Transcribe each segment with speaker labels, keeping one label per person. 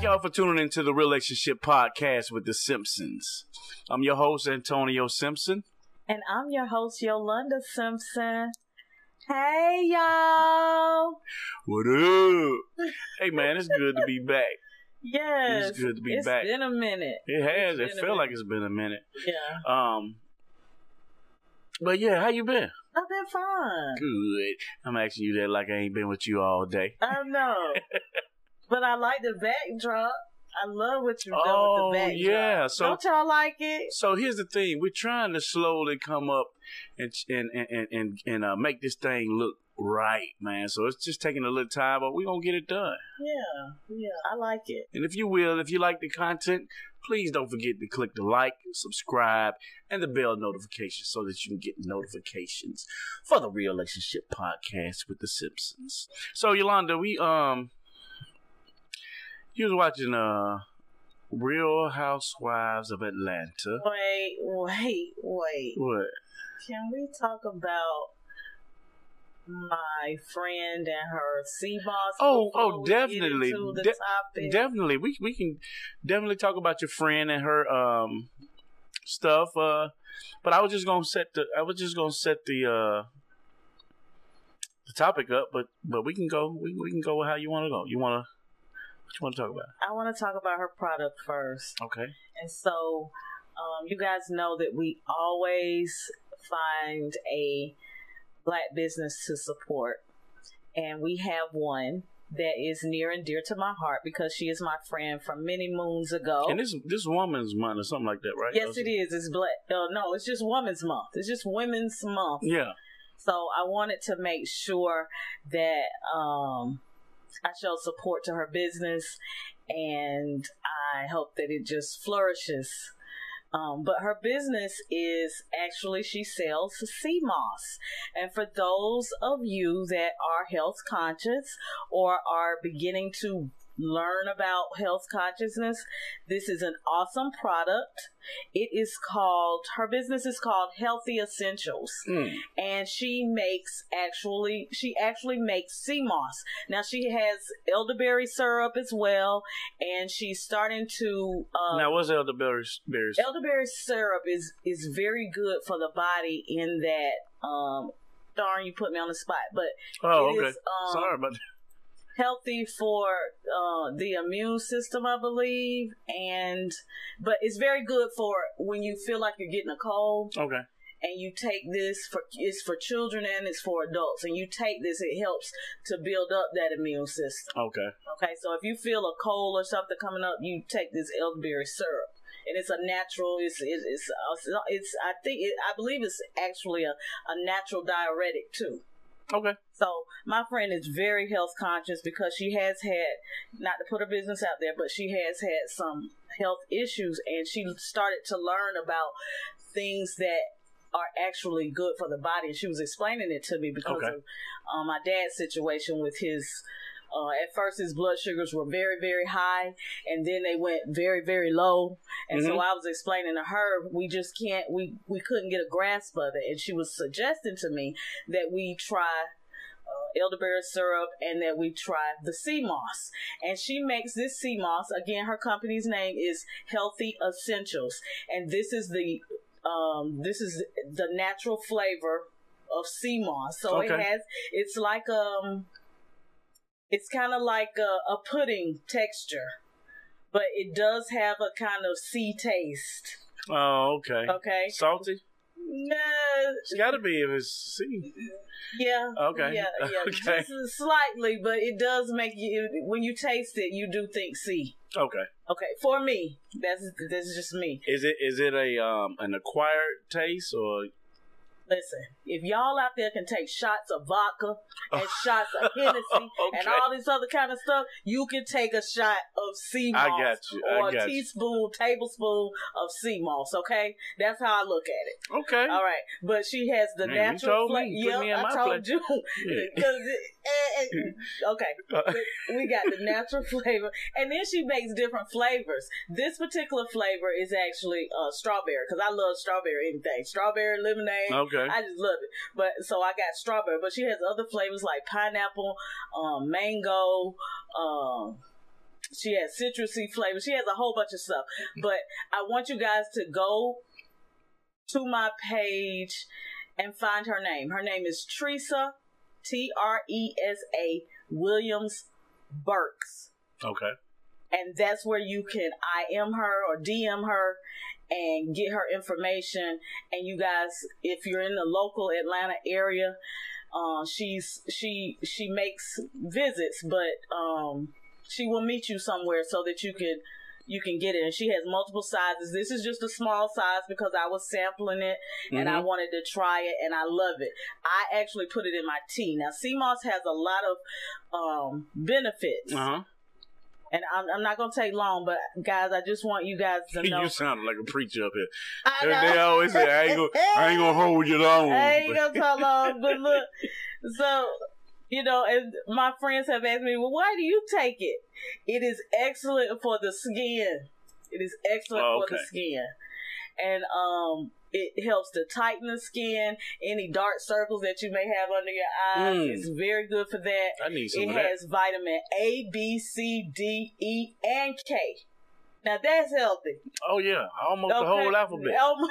Speaker 1: y'all for tuning into the Relationship Podcast with The Simpsons. I'm your host, Antonio Simpson.
Speaker 2: And I'm your host, Yolanda Simpson. Hey, y'all.
Speaker 1: What up? hey, man, it's good to be back.
Speaker 2: Yes.
Speaker 1: It's good to be
Speaker 2: it's
Speaker 1: back.
Speaker 2: been a minute.
Speaker 1: It has.
Speaker 2: It's
Speaker 1: It
Speaker 2: been a
Speaker 1: felt
Speaker 2: minute.
Speaker 1: like it's been a minute.
Speaker 2: Yeah.
Speaker 1: Um, but yeah, how you been?
Speaker 2: I've been fun.
Speaker 1: Good. I'm asking you that like I ain't been with you all day.
Speaker 2: I know. but I like the backdrop. I love what you've done
Speaker 1: Oh,
Speaker 2: with the backdrop.
Speaker 1: yeah, so-
Speaker 2: Don't y'all like it?
Speaker 1: So here's the thing: we're trying to slowly come up and and and and, and, and uh, make this thing look right, man. So it's just taking a little time, but we're gonna get it done.
Speaker 2: Yeah. Yeah. I like it.
Speaker 1: And if you will, if you like the content, please don't forget to click the like, subscribe, and the bell notification so that you can get notifications for the Real Relationship Podcast with The Simpsons. So Yolanda, we um you was watching uh Real Housewives of Atlanta.
Speaker 2: Wait, wait, wait.
Speaker 1: What?
Speaker 2: Can we talk about my friend and her sea boss?
Speaker 1: Oh,
Speaker 2: before
Speaker 1: oh,
Speaker 2: we get
Speaker 1: definitely.
Speaker 2: into the
Speaker 1: De-
Speaker 2: topic?
Speaker 1: Definitely. We we can definitely talk about your friend and her um stuff. Uh but I was just gonna set the I was just gonna set the uh the topic up, but but we can go we, we can go how you wanna go. You wanna what you wanna talk about?
Speaker 2: I want to talk about her product first.
Speaker 1: Okay.
Speaker 2: And so, um, you guys know that we always find a black business to support. And we have one that is near and dear to my heart because she is my friend from many moons ago.
Speaker 1: And this this woman's month or something like that, right?
Speaker 2: yes, it is. It's black. Oh, no, it's just Women's Month. It's just Women's Month.
Speaker 1: Yeah.
Speaker 2: So I wanted to make sure that um, I show support to her business, and I hope that it just flourishes. Um, but her business is actually she sells sea moss, and for those of you that are health conscious or are beginning to learn about health consciousness, this is an awesome product. It is called her business is called Healthy Essentials
Speaker 1: Mm.
Speaker 2: and she makes actually she actually makes sea moss. Now she has elderberry syrup as well, and she's starting to um,
Speaker 1: now what's elderberries berries?
Speaker 2: elderberry syrup is is very good for the body in that um darn you put me on the spot, but
Speaker 1: oh,
Speaker 2: it
Speaker 1: okay.
Speaker 2: is, um,
Speaker 1: Sorry about that.
Speaker 2: healthy for uh, the immune system, I believe, and but it's very good for when you feel like you're getting a cold
Speaker 1: Okay.
Speaker 2: and you take this for it's for children and it's for adults and you take this it helps to build up that immune system
Speaker 1: Okay.
Speaker 2: okay so if you feel a cold or something coming up you take this elderberry syrup and it's a natural it's it's it's, uh, it's i think it, i believe it's actually a, a natural diuretic too
Speaker 1: Okay.
Speaker 2: so my friend is very health conscious because she has had, not to put her business out there, but she has had some health issues and she started to learn about things that are actually good for the body. And she was explaining it to me because
Speaker 1: Okay.
Speaker 2: of um, my dad's situation with his. Uh, at first, his blood sugars were very, very high, and then they went very, very low. And so
Speaker 1: Mhm.
Speaker 2: I was explaining to her, we just can't, we we couldn't get a grasp of it. And she was suggesting to me that we try uh, elderberry syrup and that we try the sea moss. And she makes this sea moss. Again, her company's name is Healthy Essentials, and this is the um, this is the natural flavor of sea moss. So it
Speaker 1: Okay.
Speaker 2: has it's like um it's kind of like a, a pudding texture. But it does have a kind of sea taste.
Speaker 1: Oh, okay.
Speaker 2: Okay.
Speaker 1: Salty?
Speaker 2: Nah,
Speaker 1: It's gotta be if it's see.
Speaker 2: Yeah.
Speaker 1: Okay.
Speaker 2: Yeah, yeah.
Speaker 1: Okay.
Speaker 2: Just slightly, but it does make you when you taste it, you do think sea.
Speaker 1: Okay.
Speaker 2: Okay, for me, that's that's just me.
Speaker 1: Is it is it a um an acquired taste or
Speaker 2: Listen, if y'all out there can take shots of vodka and shots of Hennessy
Speaker 1: Okay.
Speaker 2: and all this other kind of stuff, you can take a shot of sea moss
Speaker 1: I got you. I
Speaker 2: or a
Speaker 1: got you.
Speaker 2: teaspoon, tablespoon of sea moss. Okay, that's how I look at it.
Speaker 1: Okay.
Speaker 2: All right, but she has the
Speaker 1: Man, you
Speaker 2: natural
Speaker 1: told
Speaker 2: flavor.
Speaker 1: me. You put
Speaker 2: Yep,
Speaker 1: me in
Speaker 2: I
Speaker 1: my
Speaker 2: told you.
Speaker 1: Yeah.
Speaker 2: 'Cause it- eh, eh, okay,
Speaker 1: Uh,
Speaker 2: we got the natural flavor, and then she makes different flavors. This particular flavor is actually uh, strawberry because I love strawberry anything, strawberry lemonade.
Speaker 1: okay.
Speaker 2: I just love it. But so I got strawberry, but she has other flavors like pineapple, um, mango, um, She has citrusy flavor. She has a whole bunch of stuff. But I want you guys to go to my page and find her name. Her name is Teresa, T R E S A Williams Burks.
Speaker 1: Okay.
Speaker 2: And that's where you can IM her or DM her and get her information. And you guys, if you're in the local Atlanta area, uh, she's she she makes visits, but um, she will meet you somewhere so that you can you can get it. And she has multiple sizes. This is just a small size because I was sampling it and I
Speaker 1: Mhm.
Speaker 2: wanted to try it and I love it. I actually put it in my tea. Now, sea moss has a lot of um, benefits,
Speaker 1: Uh-huh.
Speaker 2: and I'm, I'm not gonna take long. But guys, I just want you guys to know.
Speaker 1: You sounded like a preacher up here.
Speaker 2: I
Speaker 1: They-
Speaker 2: know.
Speaker 1: They always say, I ain't gonna, I ain't gonna hold you long.
Speaker 2: I ain't gonna talk long, but look, so you know, and my friends have asked me, well, why do you take it? It is excellent for the skin. It is excellent
Speaker 1: Oh,
Speaker 2: for the
Speaker 1: okay.
Speaker 2: skin, and um, it helps to tighten the skin. Any dark circles that you may have under your eyes,
Speaker 1: Mm.
Speaker 2: it's very good for that.
Speaker 1: I need some
Speaker 2: it
Speaker 1: of that.
Speaker 2: has vitamin A, B, C, D, E, and K. Now that's healthy.
Speaker 1: Oh yeah, almost the
Speaker 2: Okay.
Speaker 1: whole alphabet.
Speaker 2: Elmo-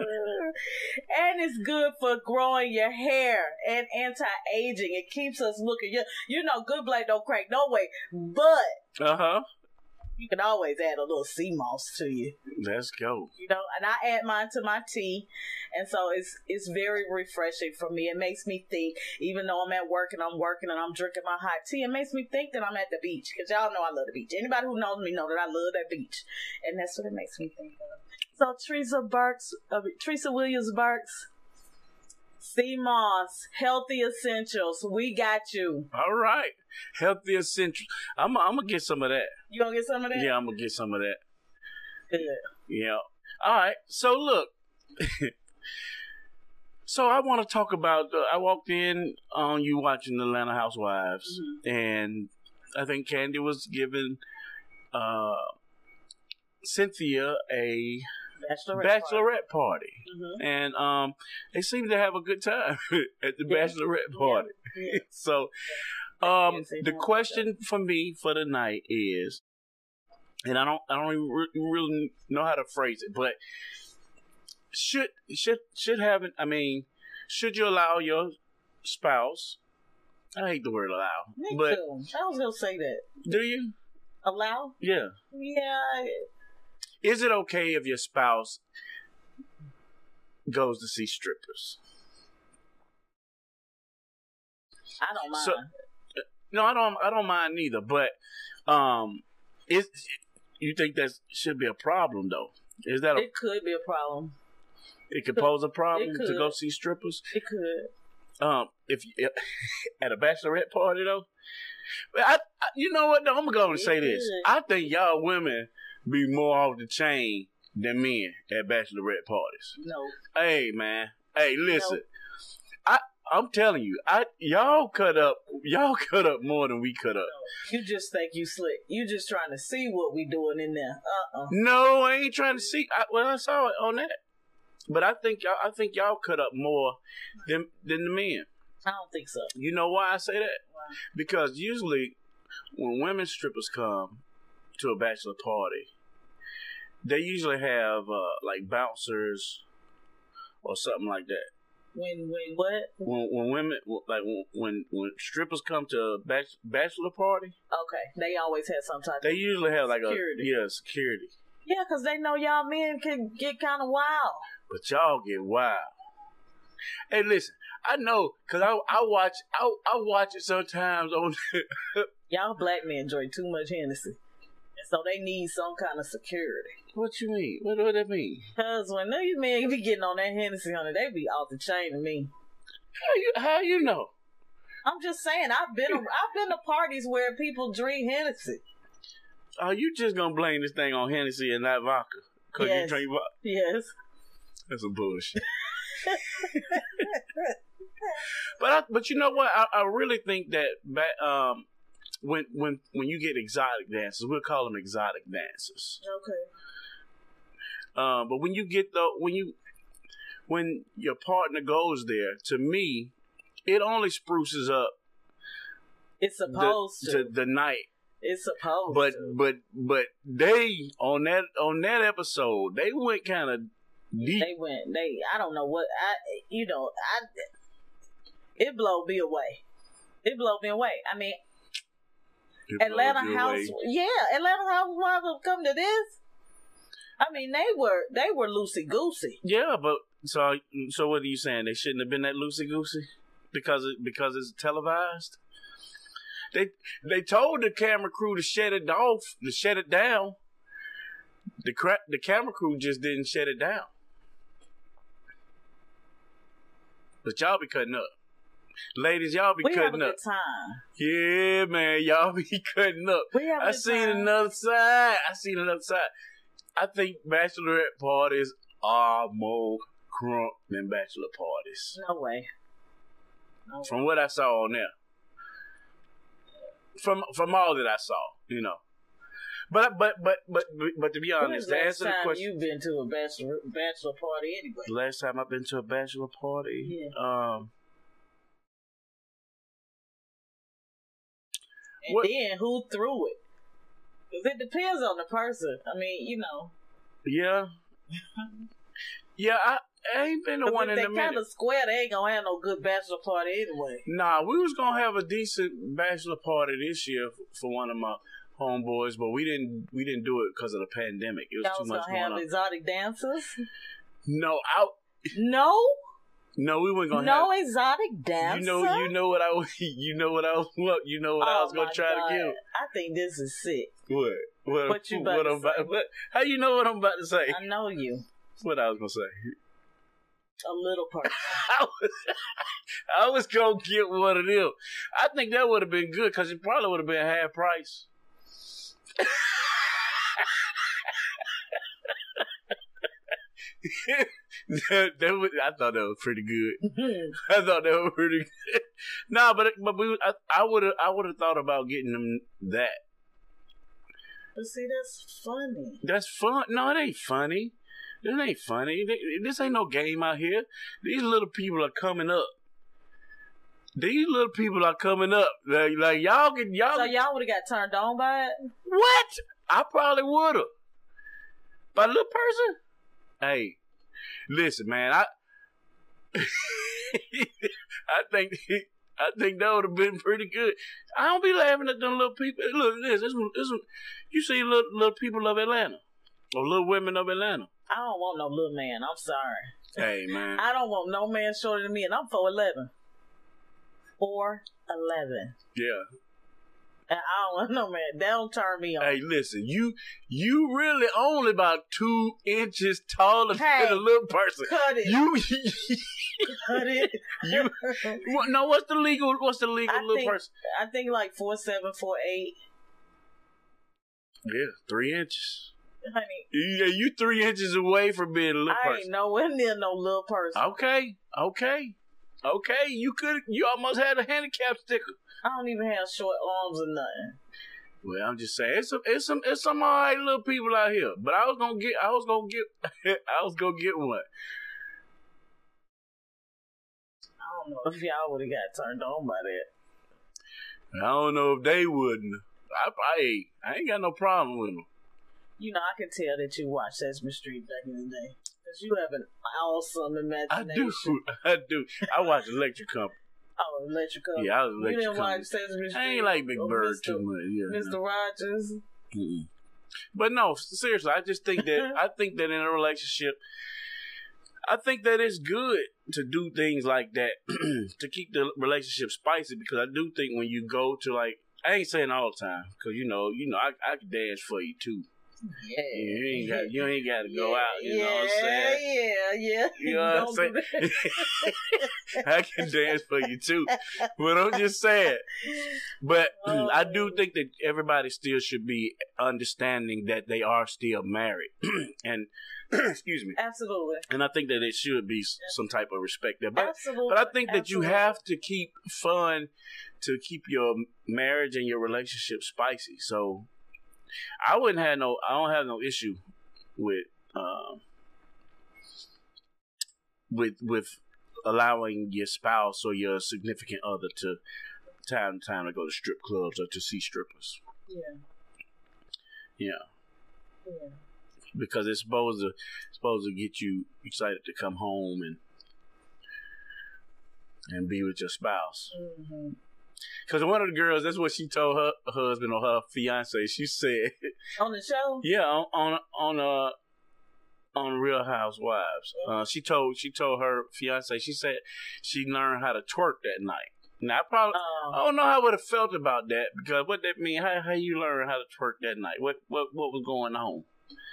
Speaker 2: and it's good for growing your hair and anti-aging. It keeps us looking. You, you know, good black don't crack no way, but
Speaker 1: Uh huh.
Speaker 2: you can always add a little sea moss to you.
Speaker 1: Let's go.
Speaker 2: You know, and I add mine to my tea, and so it's it's very refreshing for me. It makes me think, even though I'm at work and I'm working and I'm drinking my hot tea, it makes me think that I'm at the beach because y'all know I love the beach. Anybody who knows me know that I love that beach, and that's what it makes me think of. So Teresa Burks, uh, Teresa Williams Burks, C Moss, Healthy Essentials, we got you.
Speaker 1: All right, healthy essential. I'm I'm gonna get some of that.
Speaker 2: You gonna get some of that?
Speaker 1: Yeah, I'm gonna get some of that.
Speaker 2: Good.
Speaker 1: Yeah. All right. So look. so I want to talk about. Uh, I walked in on you watching Atlanta Housewives,
Speaker 2: Mhm.
Speaker 1: and I think Candy was giving uh, Cynthia a
Speaker 2: Bachelorette. party.
Speaker 1: bachelorette party.
Speaker 2: Mhm.
Speaker 1: and um, they seem to have a good time at the
Speaker 2: Yeah.
Speaker 1: bachelorette party.
Speaker 2: Yeah.
Speaker 1: So,
Speaker 2: I
Speaker 1: um,
Speaker 2: can't say
Speaker 1: the
Speaker 2: no.
Speaker 1: question for me for the night is, and I don't, I don't even re- really know how to phrase it, but should should should have, I mean, should you allow your spouse? I hate the word allow,
Speaker 2: Me
Speaker 1: but
Speaker 2: too. I was gonna say that.
Speaker 1: do you?
Speaker 2: Allow?
Speaker 1: Yeah.
Speaker 2: Yeah,
Speaker 1: Is it okay if your spouse goes to see strippers?
Speaker 2: I don't mind.
Speaker 1: So- No, I don't. I don't mind neither. But um, it you think that should be a problem though? Is that a, it,
Speaker 2: it could be a problem.
Speaker 1: could pose a problem to
Speaker 2: could.
Speaker 1: go see strippers?
Speaker 2: It could.
Speaker 1: Um, if you, at a bachelorette party though, But I, I you know what? though? I'm going
Speaker 2: It
Speaker 1: to say this.
Speaker 2: could.
Speaker 1: I think y'all women be more off the chain than men at bachelorette parties.
Speaker 2: No.
Speaker 1: Hey man, hey listen. I I'm telling you, I y'all cut up, y'all cut up more than we cut up.
Speaker 2: You just think you slick. You just trying to see what we doing in there. Uh uh
Speaker 1: No, I ain't trying to see. I, well, I saw it on that, but I think y'all, I think y'all cut up more than than the men.
Speaker 2: Uh, I don't think so.
Speaker 1: You know why I say that?
Speaker 2: Why?
Speaker 1: Because usually, when women strippers come to a bachelor party, they usually have uh, like bouncers or something like that.
Speaker 2: When when what?
Speaker 1: When when women like when when, when strippers come to a bach- bachelor party,
Speaker 2: Okay, they always had some type.
Speaker 1: they
Speaker 2: Of,
Speaker 1: usually have like
Speaker 2: Security.
Speaker 1: a yeah security.
Speaker 2: yeah, because they know y'all men can get kind of wild.
Speaker 1: but y'all get wild. Hey, listen, I know because I I watch I I watch it sometimes on.
Speaker 2: Y'all black men drink too much Hennessy, and so they need some kind of security.
Speaker 1: What you mean? What what that mean?
Speaker 2: Cause when these men be getting on that Hennessy, honey, they be off the chain to me.
Speaker 1: How you how you know?
Speaker 2: I'm just saying, I've been a, I've been to parties where people drink Hennessy.
Speaker 1: Are Oh, you just gonna blame this thing on Hennessy and not vodka? Cause
Speaker 2: Yes.
Speaker 1: you drink vodka.
Speaker 2: Yes.
Speaker 1: That's a bullshit. but I, but you know what? I, I really think that ba- um when when when you get exotic dancers, we'll call them exotic dancers.
Speaker 2: Okay.
Speaker 1: Uh, but when you get the when you when your partner goes there, to me, it only spruces up
Speaker 2: It's supposed
Speaker 1: the,
Speaker 2: to.
Speaker 1: the, the night
Speaker 2: It's supposed
Speaker 1: but
Speaker 2: to.
Speaker 1: but but they on that on that episode they went kind of deep
Speaker 2: They went. They. I don't know what. I. You know. I. It blow me away. It blow me away. I mean,
Speaker 1: to
Speaker 2: Atlanta
Speaker 1: Blow Your
Speaker 2: House.
Speaker 1: Way.
Speaker 2: Yeah, Atlanta Housewives have come to this. I mean, they were they were loosey goosey.
Speaker 1: yeah but so so what are you saying they shouldn't have been that loosey goosey because it because it's televised they they told the camera crew to shut it off to shut it down the crap the camera crew just didn't shut it down but y'all be cutting up ladies y'all be
Speaker 2: We have a
Speaker 1: cutting
Speaker 2: good
Speaker 1: up
Speaker 2: time.
Speaker 1: yeah man y'all be cutting up
Speaker 2: We have. a
Speaker 1: I
Speaker 2: good
Speaker 1: seen
Speaker 2: time.
Speaker 1: another side. I seen another side. I think bachelorette parties are more crunk than bachelor parties.
Speaker 2: No way. No way.
Speaker 1: From what I saw on there. From from all that I saw, you know. But but but but but to be
Speaker 2: When
Speaker 1: honest,
Speaker 2: was
Speaker 1: to
Speaker 2: the
Speaker 1: answer
Speaker 2: last
Speaker 1: the
Speaker 2: time
Speaker 1: question,
Speaker 2: you've been to a bachelor bachelor party anyway?
Speaker 1: the last time I've been to a bachelor party, um,
Speaker 2: And
Speaker 1: What-
Speaker 2: then who threw it? 'Cause it depends on the person. I mean, you know,
Speaker 1: yeah, yeah, I, I ain't been to
Speaker 2: 'cause
Speaker 1: one in
Speaker 2: if
Speaker 1: a
Speaker 2: they
Speaker 1: minute.
Speaker 2: kind of square, they ain't gonna have no good bachelor party anyway.
Speaker 1: Nah, we was gonna have a decent bachelor party this year f- for one of my homeboys, but we didn't. We didn't do it because of the pandemic. It was
Speaker 2: Y'all
Speaker 1: too
Speaker 2: was
Speaker 1: much
Speaker 2: gonna
Speaker 1: going
Speaker 2: have
Speaker 1: on.
Speaker 2: exotic dancers?
Speaker 1: No, I
Speaker 2: No,
Speaker 1: no, we weren't gonna
Speaker 2: no exotic
Speaker 1: have.
Speaker 2: dancer.
Speaker 1: You know, you know what I, was- you know what I, what you know what I
Speaker 2: Oh
Speaker 1: was gonna
Speaker 2: my
Speaker 1: try
Speaker 2: God.
Speaker 1: to give.
Speaker 2: I think this is sick.
Speaker 1: What? What?
Speaker 2: What you about
Speaker 1: what
Speaker 2: to
Speaker 1: I'm about, what, How you know what I'm about to say?
Speaker 2: I know you,
Speaker 1: what I was gonna say.
Speaker 2: a little person.
Speaker 1: I was, I was gonna get one of them. I think that would have been good because it probably would have been half price. that, that would, I thought that was pretty good. I thought that was pretty good. nah, but but we, I, I would have I would have thought about getting them that.
Speaker 2: but see, that's funny.
Speaker 1: That's fun. No, it ain't funny. It ain't funny. Th- This ain't no game out here. These little people are coming up. These little people are coming up. Like, like y'all can y'all
Speaker 2: So y'all would have got turned on by it.
Speaker 1: what? I probably would've. But little person, hey, listen, man. I I think I think that would have been pretty good. I don't be laughing at them little people. Look, this this, this you see little little people of Atlanta or little women of Atlanta.
Speaker 2: I don't want no little man. I'm sorry.
Speaker 1: Hey man,
Speaker 2: I don't want no man shorter than me, and I'm four eleven. Four eleven.
Speaker 1: yeah.
Speaker 2: And I don't want no man. That don't turn me on.
Speaker 1: Hey, listen, you you really only about two inches taller
Speaker 2: Hey.
Speaker 1: than a little person.
Speaker 2: Cut it.
Speaker 1: You
Speaker 2: Cut it.
Speaker 1: you What, no, what's the legal? What's the legal
Speaker 2: I
Speaker 1: little
Speaker 2: think-
Speaker 1: person?
Speaker 2: I think like four seven, four eight.
Speaker 1: Yeah, three inches.
Speaker 2: Honey,
Speaker 1: Yeah, you three inches away from being a little
Speaker 2: I ain't
Speaker 1: person.
Speaker 2: nowhere near no little person.
Speaker 1: Okay, okay, okay. You could. You almost had a handicap sticker.
Speaker 2: I don't even have short arms or nothing.
Speaker 1: Well, I'm just saying, it's some, it's some, it's some all right little people out here. But I was gonna get, I was gonna get, I was gonna get one.
Speaker 2: I don't know if y'all would have got turned on by that.
Speaker 1: I don't know if they wouldn't. I, I, ain't- I ain't got no problem with them.
Speaker 2: You know, I can tell that you watched Sesame Street back in the day. Because you have an awesome
Speaker 1: I
Speaker 2: imagination.
Speaker 1: do, I do. I watch Electric Company.
Speaker 2: Oh, electrical.
Speaker 1: Yeah, I was
Speaker 2: You
Speaker 1: Electric
Speaker 2: didn't watch Oh,
Speaker 1: Company.
Speaker 2: Sesame Street.
Speaker 1: I ain't like Big
Speaker 2: or
Speaker 1: Bird
Speaker 2: Mr.
Speaker 1: too much. Yeah, no.
Speaker 2: Mr. Rogers.
Speaker 1: Mm-mm. But no, seriously, I just think that I think that in a relationship, I think that it's good to do things like that to keep the relationship spicy because I do think when you go to like I ain't saying all the time because you know you know I I can dance for you too.
Speaker 2: Yeah.
Speaker 1: You ain't got you ain't got to go out. You know what I'm saying?
Speaker 2: Yeah, yeah.
Speaker 1: You know what I'm
Speaker 2: Don't do that.
Speaker 1: I can dance for you too, but I'm just saying. But
Speaker 2: Oh.
Speaker 1: I do think that everybody still should be understanding that they are still married, and excuse me.
Speaker 2: Absolutely.
Speaker 1: And I think that it should be s- some type of respect there. But
Speaker 2: Absolutely.
Speaker 1: but I think that you
Speaker 2: Absolutely.
Speaker 1: have to keep fun to keep your marriage and your relationship spicy. So I wouldn't have no I don't have no issue with um with with allowing your spouse or your significant other to time to time I go to strip clubs or to see strippers.
Speaker 2: Yeah.
Speaker 1: Yeah,
Speaker 2: Yeah.
Speaker 1: because it's supposed to it's supposed to get you excited to come home and and be with your spouse.
Speaker 2: Mm-hmm.
Speaker 1: Because one of the girls, that's what she told her husband or her fiance. She said,
Speaker 2: On the show?
Speaker 1: "Yeah, on on on uh." On Real Housewives, uh, she told she told her fiance. She said she learned how to twerk that night. Now I probably I
Speaker 2: Um,
Speaker 1: don't know how I would have felt about that because what that mean? How how you learn how to twerk that night? What what what was going on?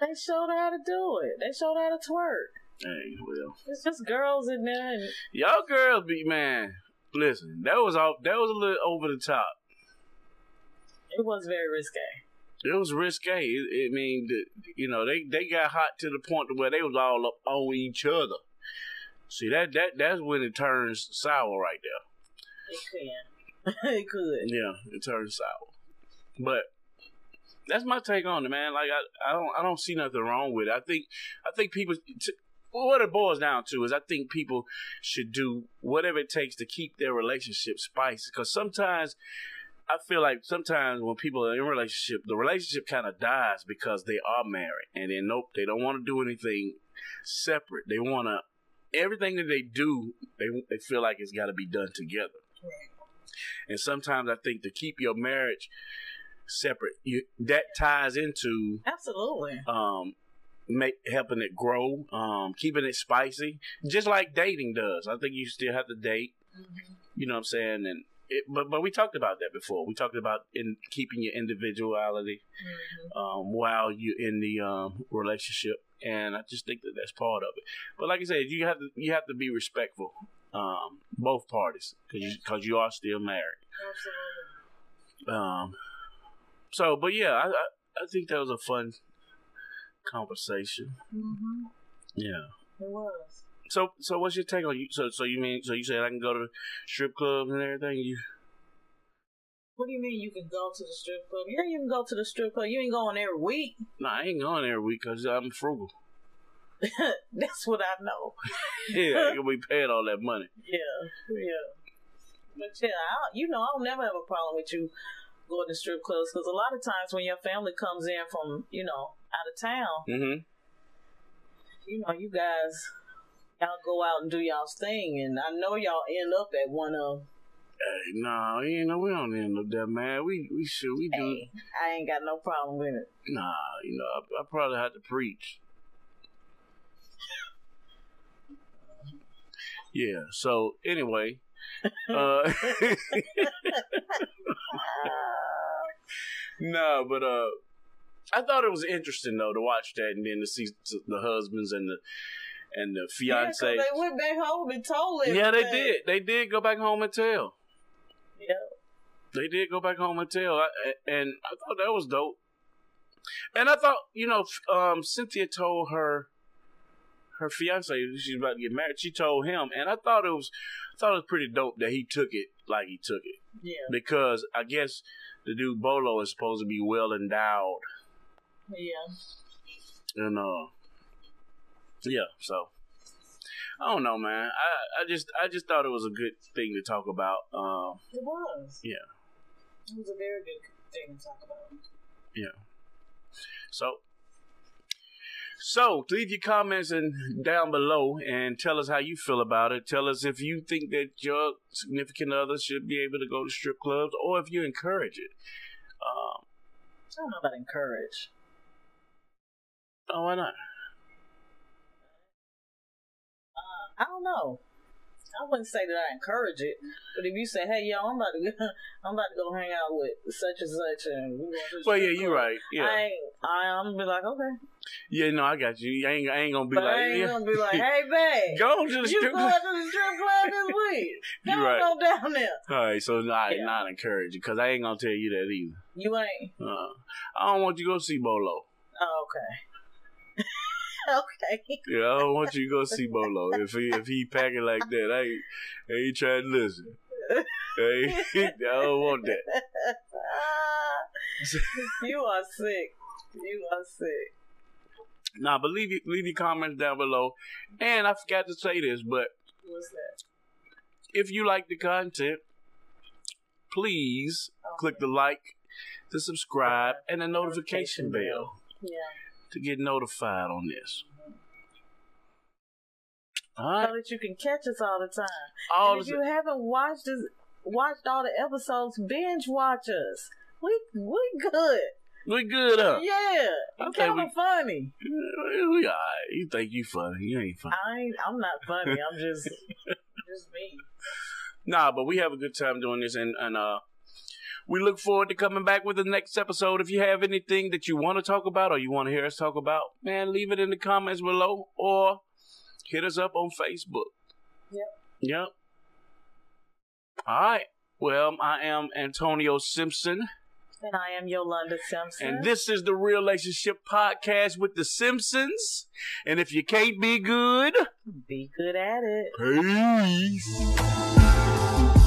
Speaker 2: they showed her how to do it. They showed her how to twerk.
Speaker 1: Hey, well,
Speaker 2: It's just girls in there. And,
Speaker 1: y'all girls be man. Listen, that was all. That was a little over the top.
Speaker 2: it was very risque.
Speaker 1: It was risque. It, it mean, the, you know, they they got hot to the point to where they was all up on each other. See that that that's when it turns sour right there.
Speaker 2: It can. it could.
Speaker 1: Yeah, it turns sour. But that's my take on it, man. Like I, I don't, I don't see nothing wrong with it. I think, I think people. T- what it boils down to is, I think people should do whatever it takes to keep their relationship spicy. Because sometimes, I feel like sometimes when people are in a relationship, the relationship kind of dies because they are married, and then nope, they don't want to do anything separate. They want to everything that they do, they they feel like it's got to be done together. And sometimes I think to keep your marriage separate, you that ties into
Speaker 2: Absolutely.
Speaker 1: um make helping it grow, um, keeping it spicy. Just like dating does. I think you still have to date,
Speaker 2: Mm-hmm.
Speaker 1: you know what I'm saying? And it, but but we talked about that before. We talked about in keeping your individuality
Speaker 2: Mhm.
Speaker 1: um, while you're in the um, relationship, and I just think that that's part of it. But like I said, you have to you have to be respectful, um, both parties, because because you are still married.
Speaker 2: Absolutely.
Speaker 1: Um. So, but yeah, I, I I think that was a fun conversation.
Speaker 2: hmm
Speaker 1: Yeah.
Speaker 2: It was.
Speaker 1: So so what's your take on you? So so you mean so you said I can go to strip clubs and everything? You
Speaker 2: What do you mean you can go to the strip club? Yeah, you can go to the strip club. You ain't going every week.
Speaker 1: no, I ain't going every week because I'm frugal.
Speaker 2: That's what I know.
Speaker 1: Yeah, we paid all that money.
Speaker 2: Yeah, yeah. But yeah, I, you know, I'll never have a problem with you going to strip clubs because a lot of times when your family comes in from, you know, out of town,
Speaker 1: Mm-hmm.
Speaker 2: you know, you guys, y'all go out and do y'all's thing, and I know y'all end up at one of.
Speaker 1: Hey, nah, you know we don't end up that man. We we should we do.
Speaker 2: Hey, I ain't got no problem with it.
Speaker 1: Nah, you know I, I probably had to preach. Yeah. So anyway, uh.
Speaker 2: Ah,
Speaker 1: No, but uh, I thought it was interesting though to watch that and then to see t- the husbands and the and the
Speaker 2: yeah, 'cause
Speaker 1: fiance.
Speaker 2: they went back home and told
Speaker 1: Yeah,
Speaker 2: him.
Speaker 1: they did. They did go back home and tell.
Speaker 2: Yeah.
Speaker 1: They did go back home and tell, I, a- and I thought that was dope. And I thought, you know, f- um, Cynthia told her her fiance who she's about to get married. She told him, and I thought it was, I thought it was pretty dope that he took it like he took it
Speaker 2: Yeah,
Speaker 1: because I guess the dude Bolo is supposed to be well endowed
Speaker 2: yeah.
Speaker 1: And uh yeah, so I don't know, man. I I just I just thought it was a good thing to talk about. Um
Speaker 2: It was.
Speaker 1: Yeah.
Speaker 2: It was a very good thing to talk about.
Speaker 1: so so leave your comments and down below and tell us how you feel about it. Tell us if you think that your significant other should be able to go to strip clubs or if you encourage it. Um
Speaker 2: I don't know about encourage.
Speaker 1: oh why not?
Speaker 2: Uh, I don't know. I wouldn't say that I encourage it, but if you say, "Hey, yo, I'm about to, go, I'm about to go hang out with such and such," and we going to
Speaker 1: Well yeah, you're right.
Speaker 2: I
Speaker 1: Yeah.
Speaker 2: ain't, I, I'm gonna be like, okay,
Speaker 1: yeah, no, I got you. I ain't I ain't gonna be
Speaker 2: but I
Speaker 1: like
Speaker 2: ain't
Speaker 1: yeah,
Speaker 2: gonna be like, "Hey, babe,
Speaker 1: go to the
Speaker 2: you
Speaker 1: strip
Speaker 2: going
Speaker 1: club.
Speaker 2: to the strip club this week?
Speaker 1: You're
Speaker 2: Don't
Speaker 1: right.
Speaker 2: go down there.
Speaker 1: All right, so not
Speaker 2: Yeah.
Speaker 1: not encourage it because I ain't gonna tell you that either.
Speaker 2: You ain't.
Speaker 1: Uh, I don't want you to go see Bolo.
Speaker 2: Oh, okay, okay.
Speaker 1: Yeah, I don't want you to go see Bolo. If he if he packing like that, I ain't, I ain't trying to listen. I, ain't, I don't want that.
Speaker 2: you are sick. You are sick.
Speaker 1: Nah, but leave your- leave your comments down below. And I forgot to say this, but
Speaker 2: What's that?
Speaker 1: if you like the content, please
Speaker 2: Oh,
Speaker 1: click the like, the subscribe, and the notification bell
Speaker 2: Yeah.
Speaker 1: to get notified on this. All right,
Speaker 2: So that you can catch us all the time.
Speaker 1: all
Speaker 2: and
Speaker 1: this,
Speaker 2: if you haven't watched us, watched all the episodes, binge watch us. We we good.
Speaker 1: we good, huh?
Speaker 2: Yeah.
Speaker 1: I
Speaker 2: It's
Speaker 1: think
Speaker 2: kind of
Speaker 1: we-
Speaker 2: funny.
Speaker 1: Yeah, We all right. You think you funny? You ain't funny.
Speaker 2: I ain't, I'm not funny. I'm just just me.
Speaker 1: Nah, but we have a good time doing this, and and uh, we look forward to coming back with the next episode. If you have anything that you want to talk about or you want to hear us talk about, man, leave it in the comments below or hit us up on Facebook.
Speaker 2: Yep.
Speaker 1: Yep. All right. Well, I am Antonio Simpson,
Speaker 2: And I am Yolanda Simpson.
Speaker 1: and this is the Real Relationship Podcast with the Simpsons. And if you can't be good,
Speaker 2: be good at it.
Speaker 1: peace.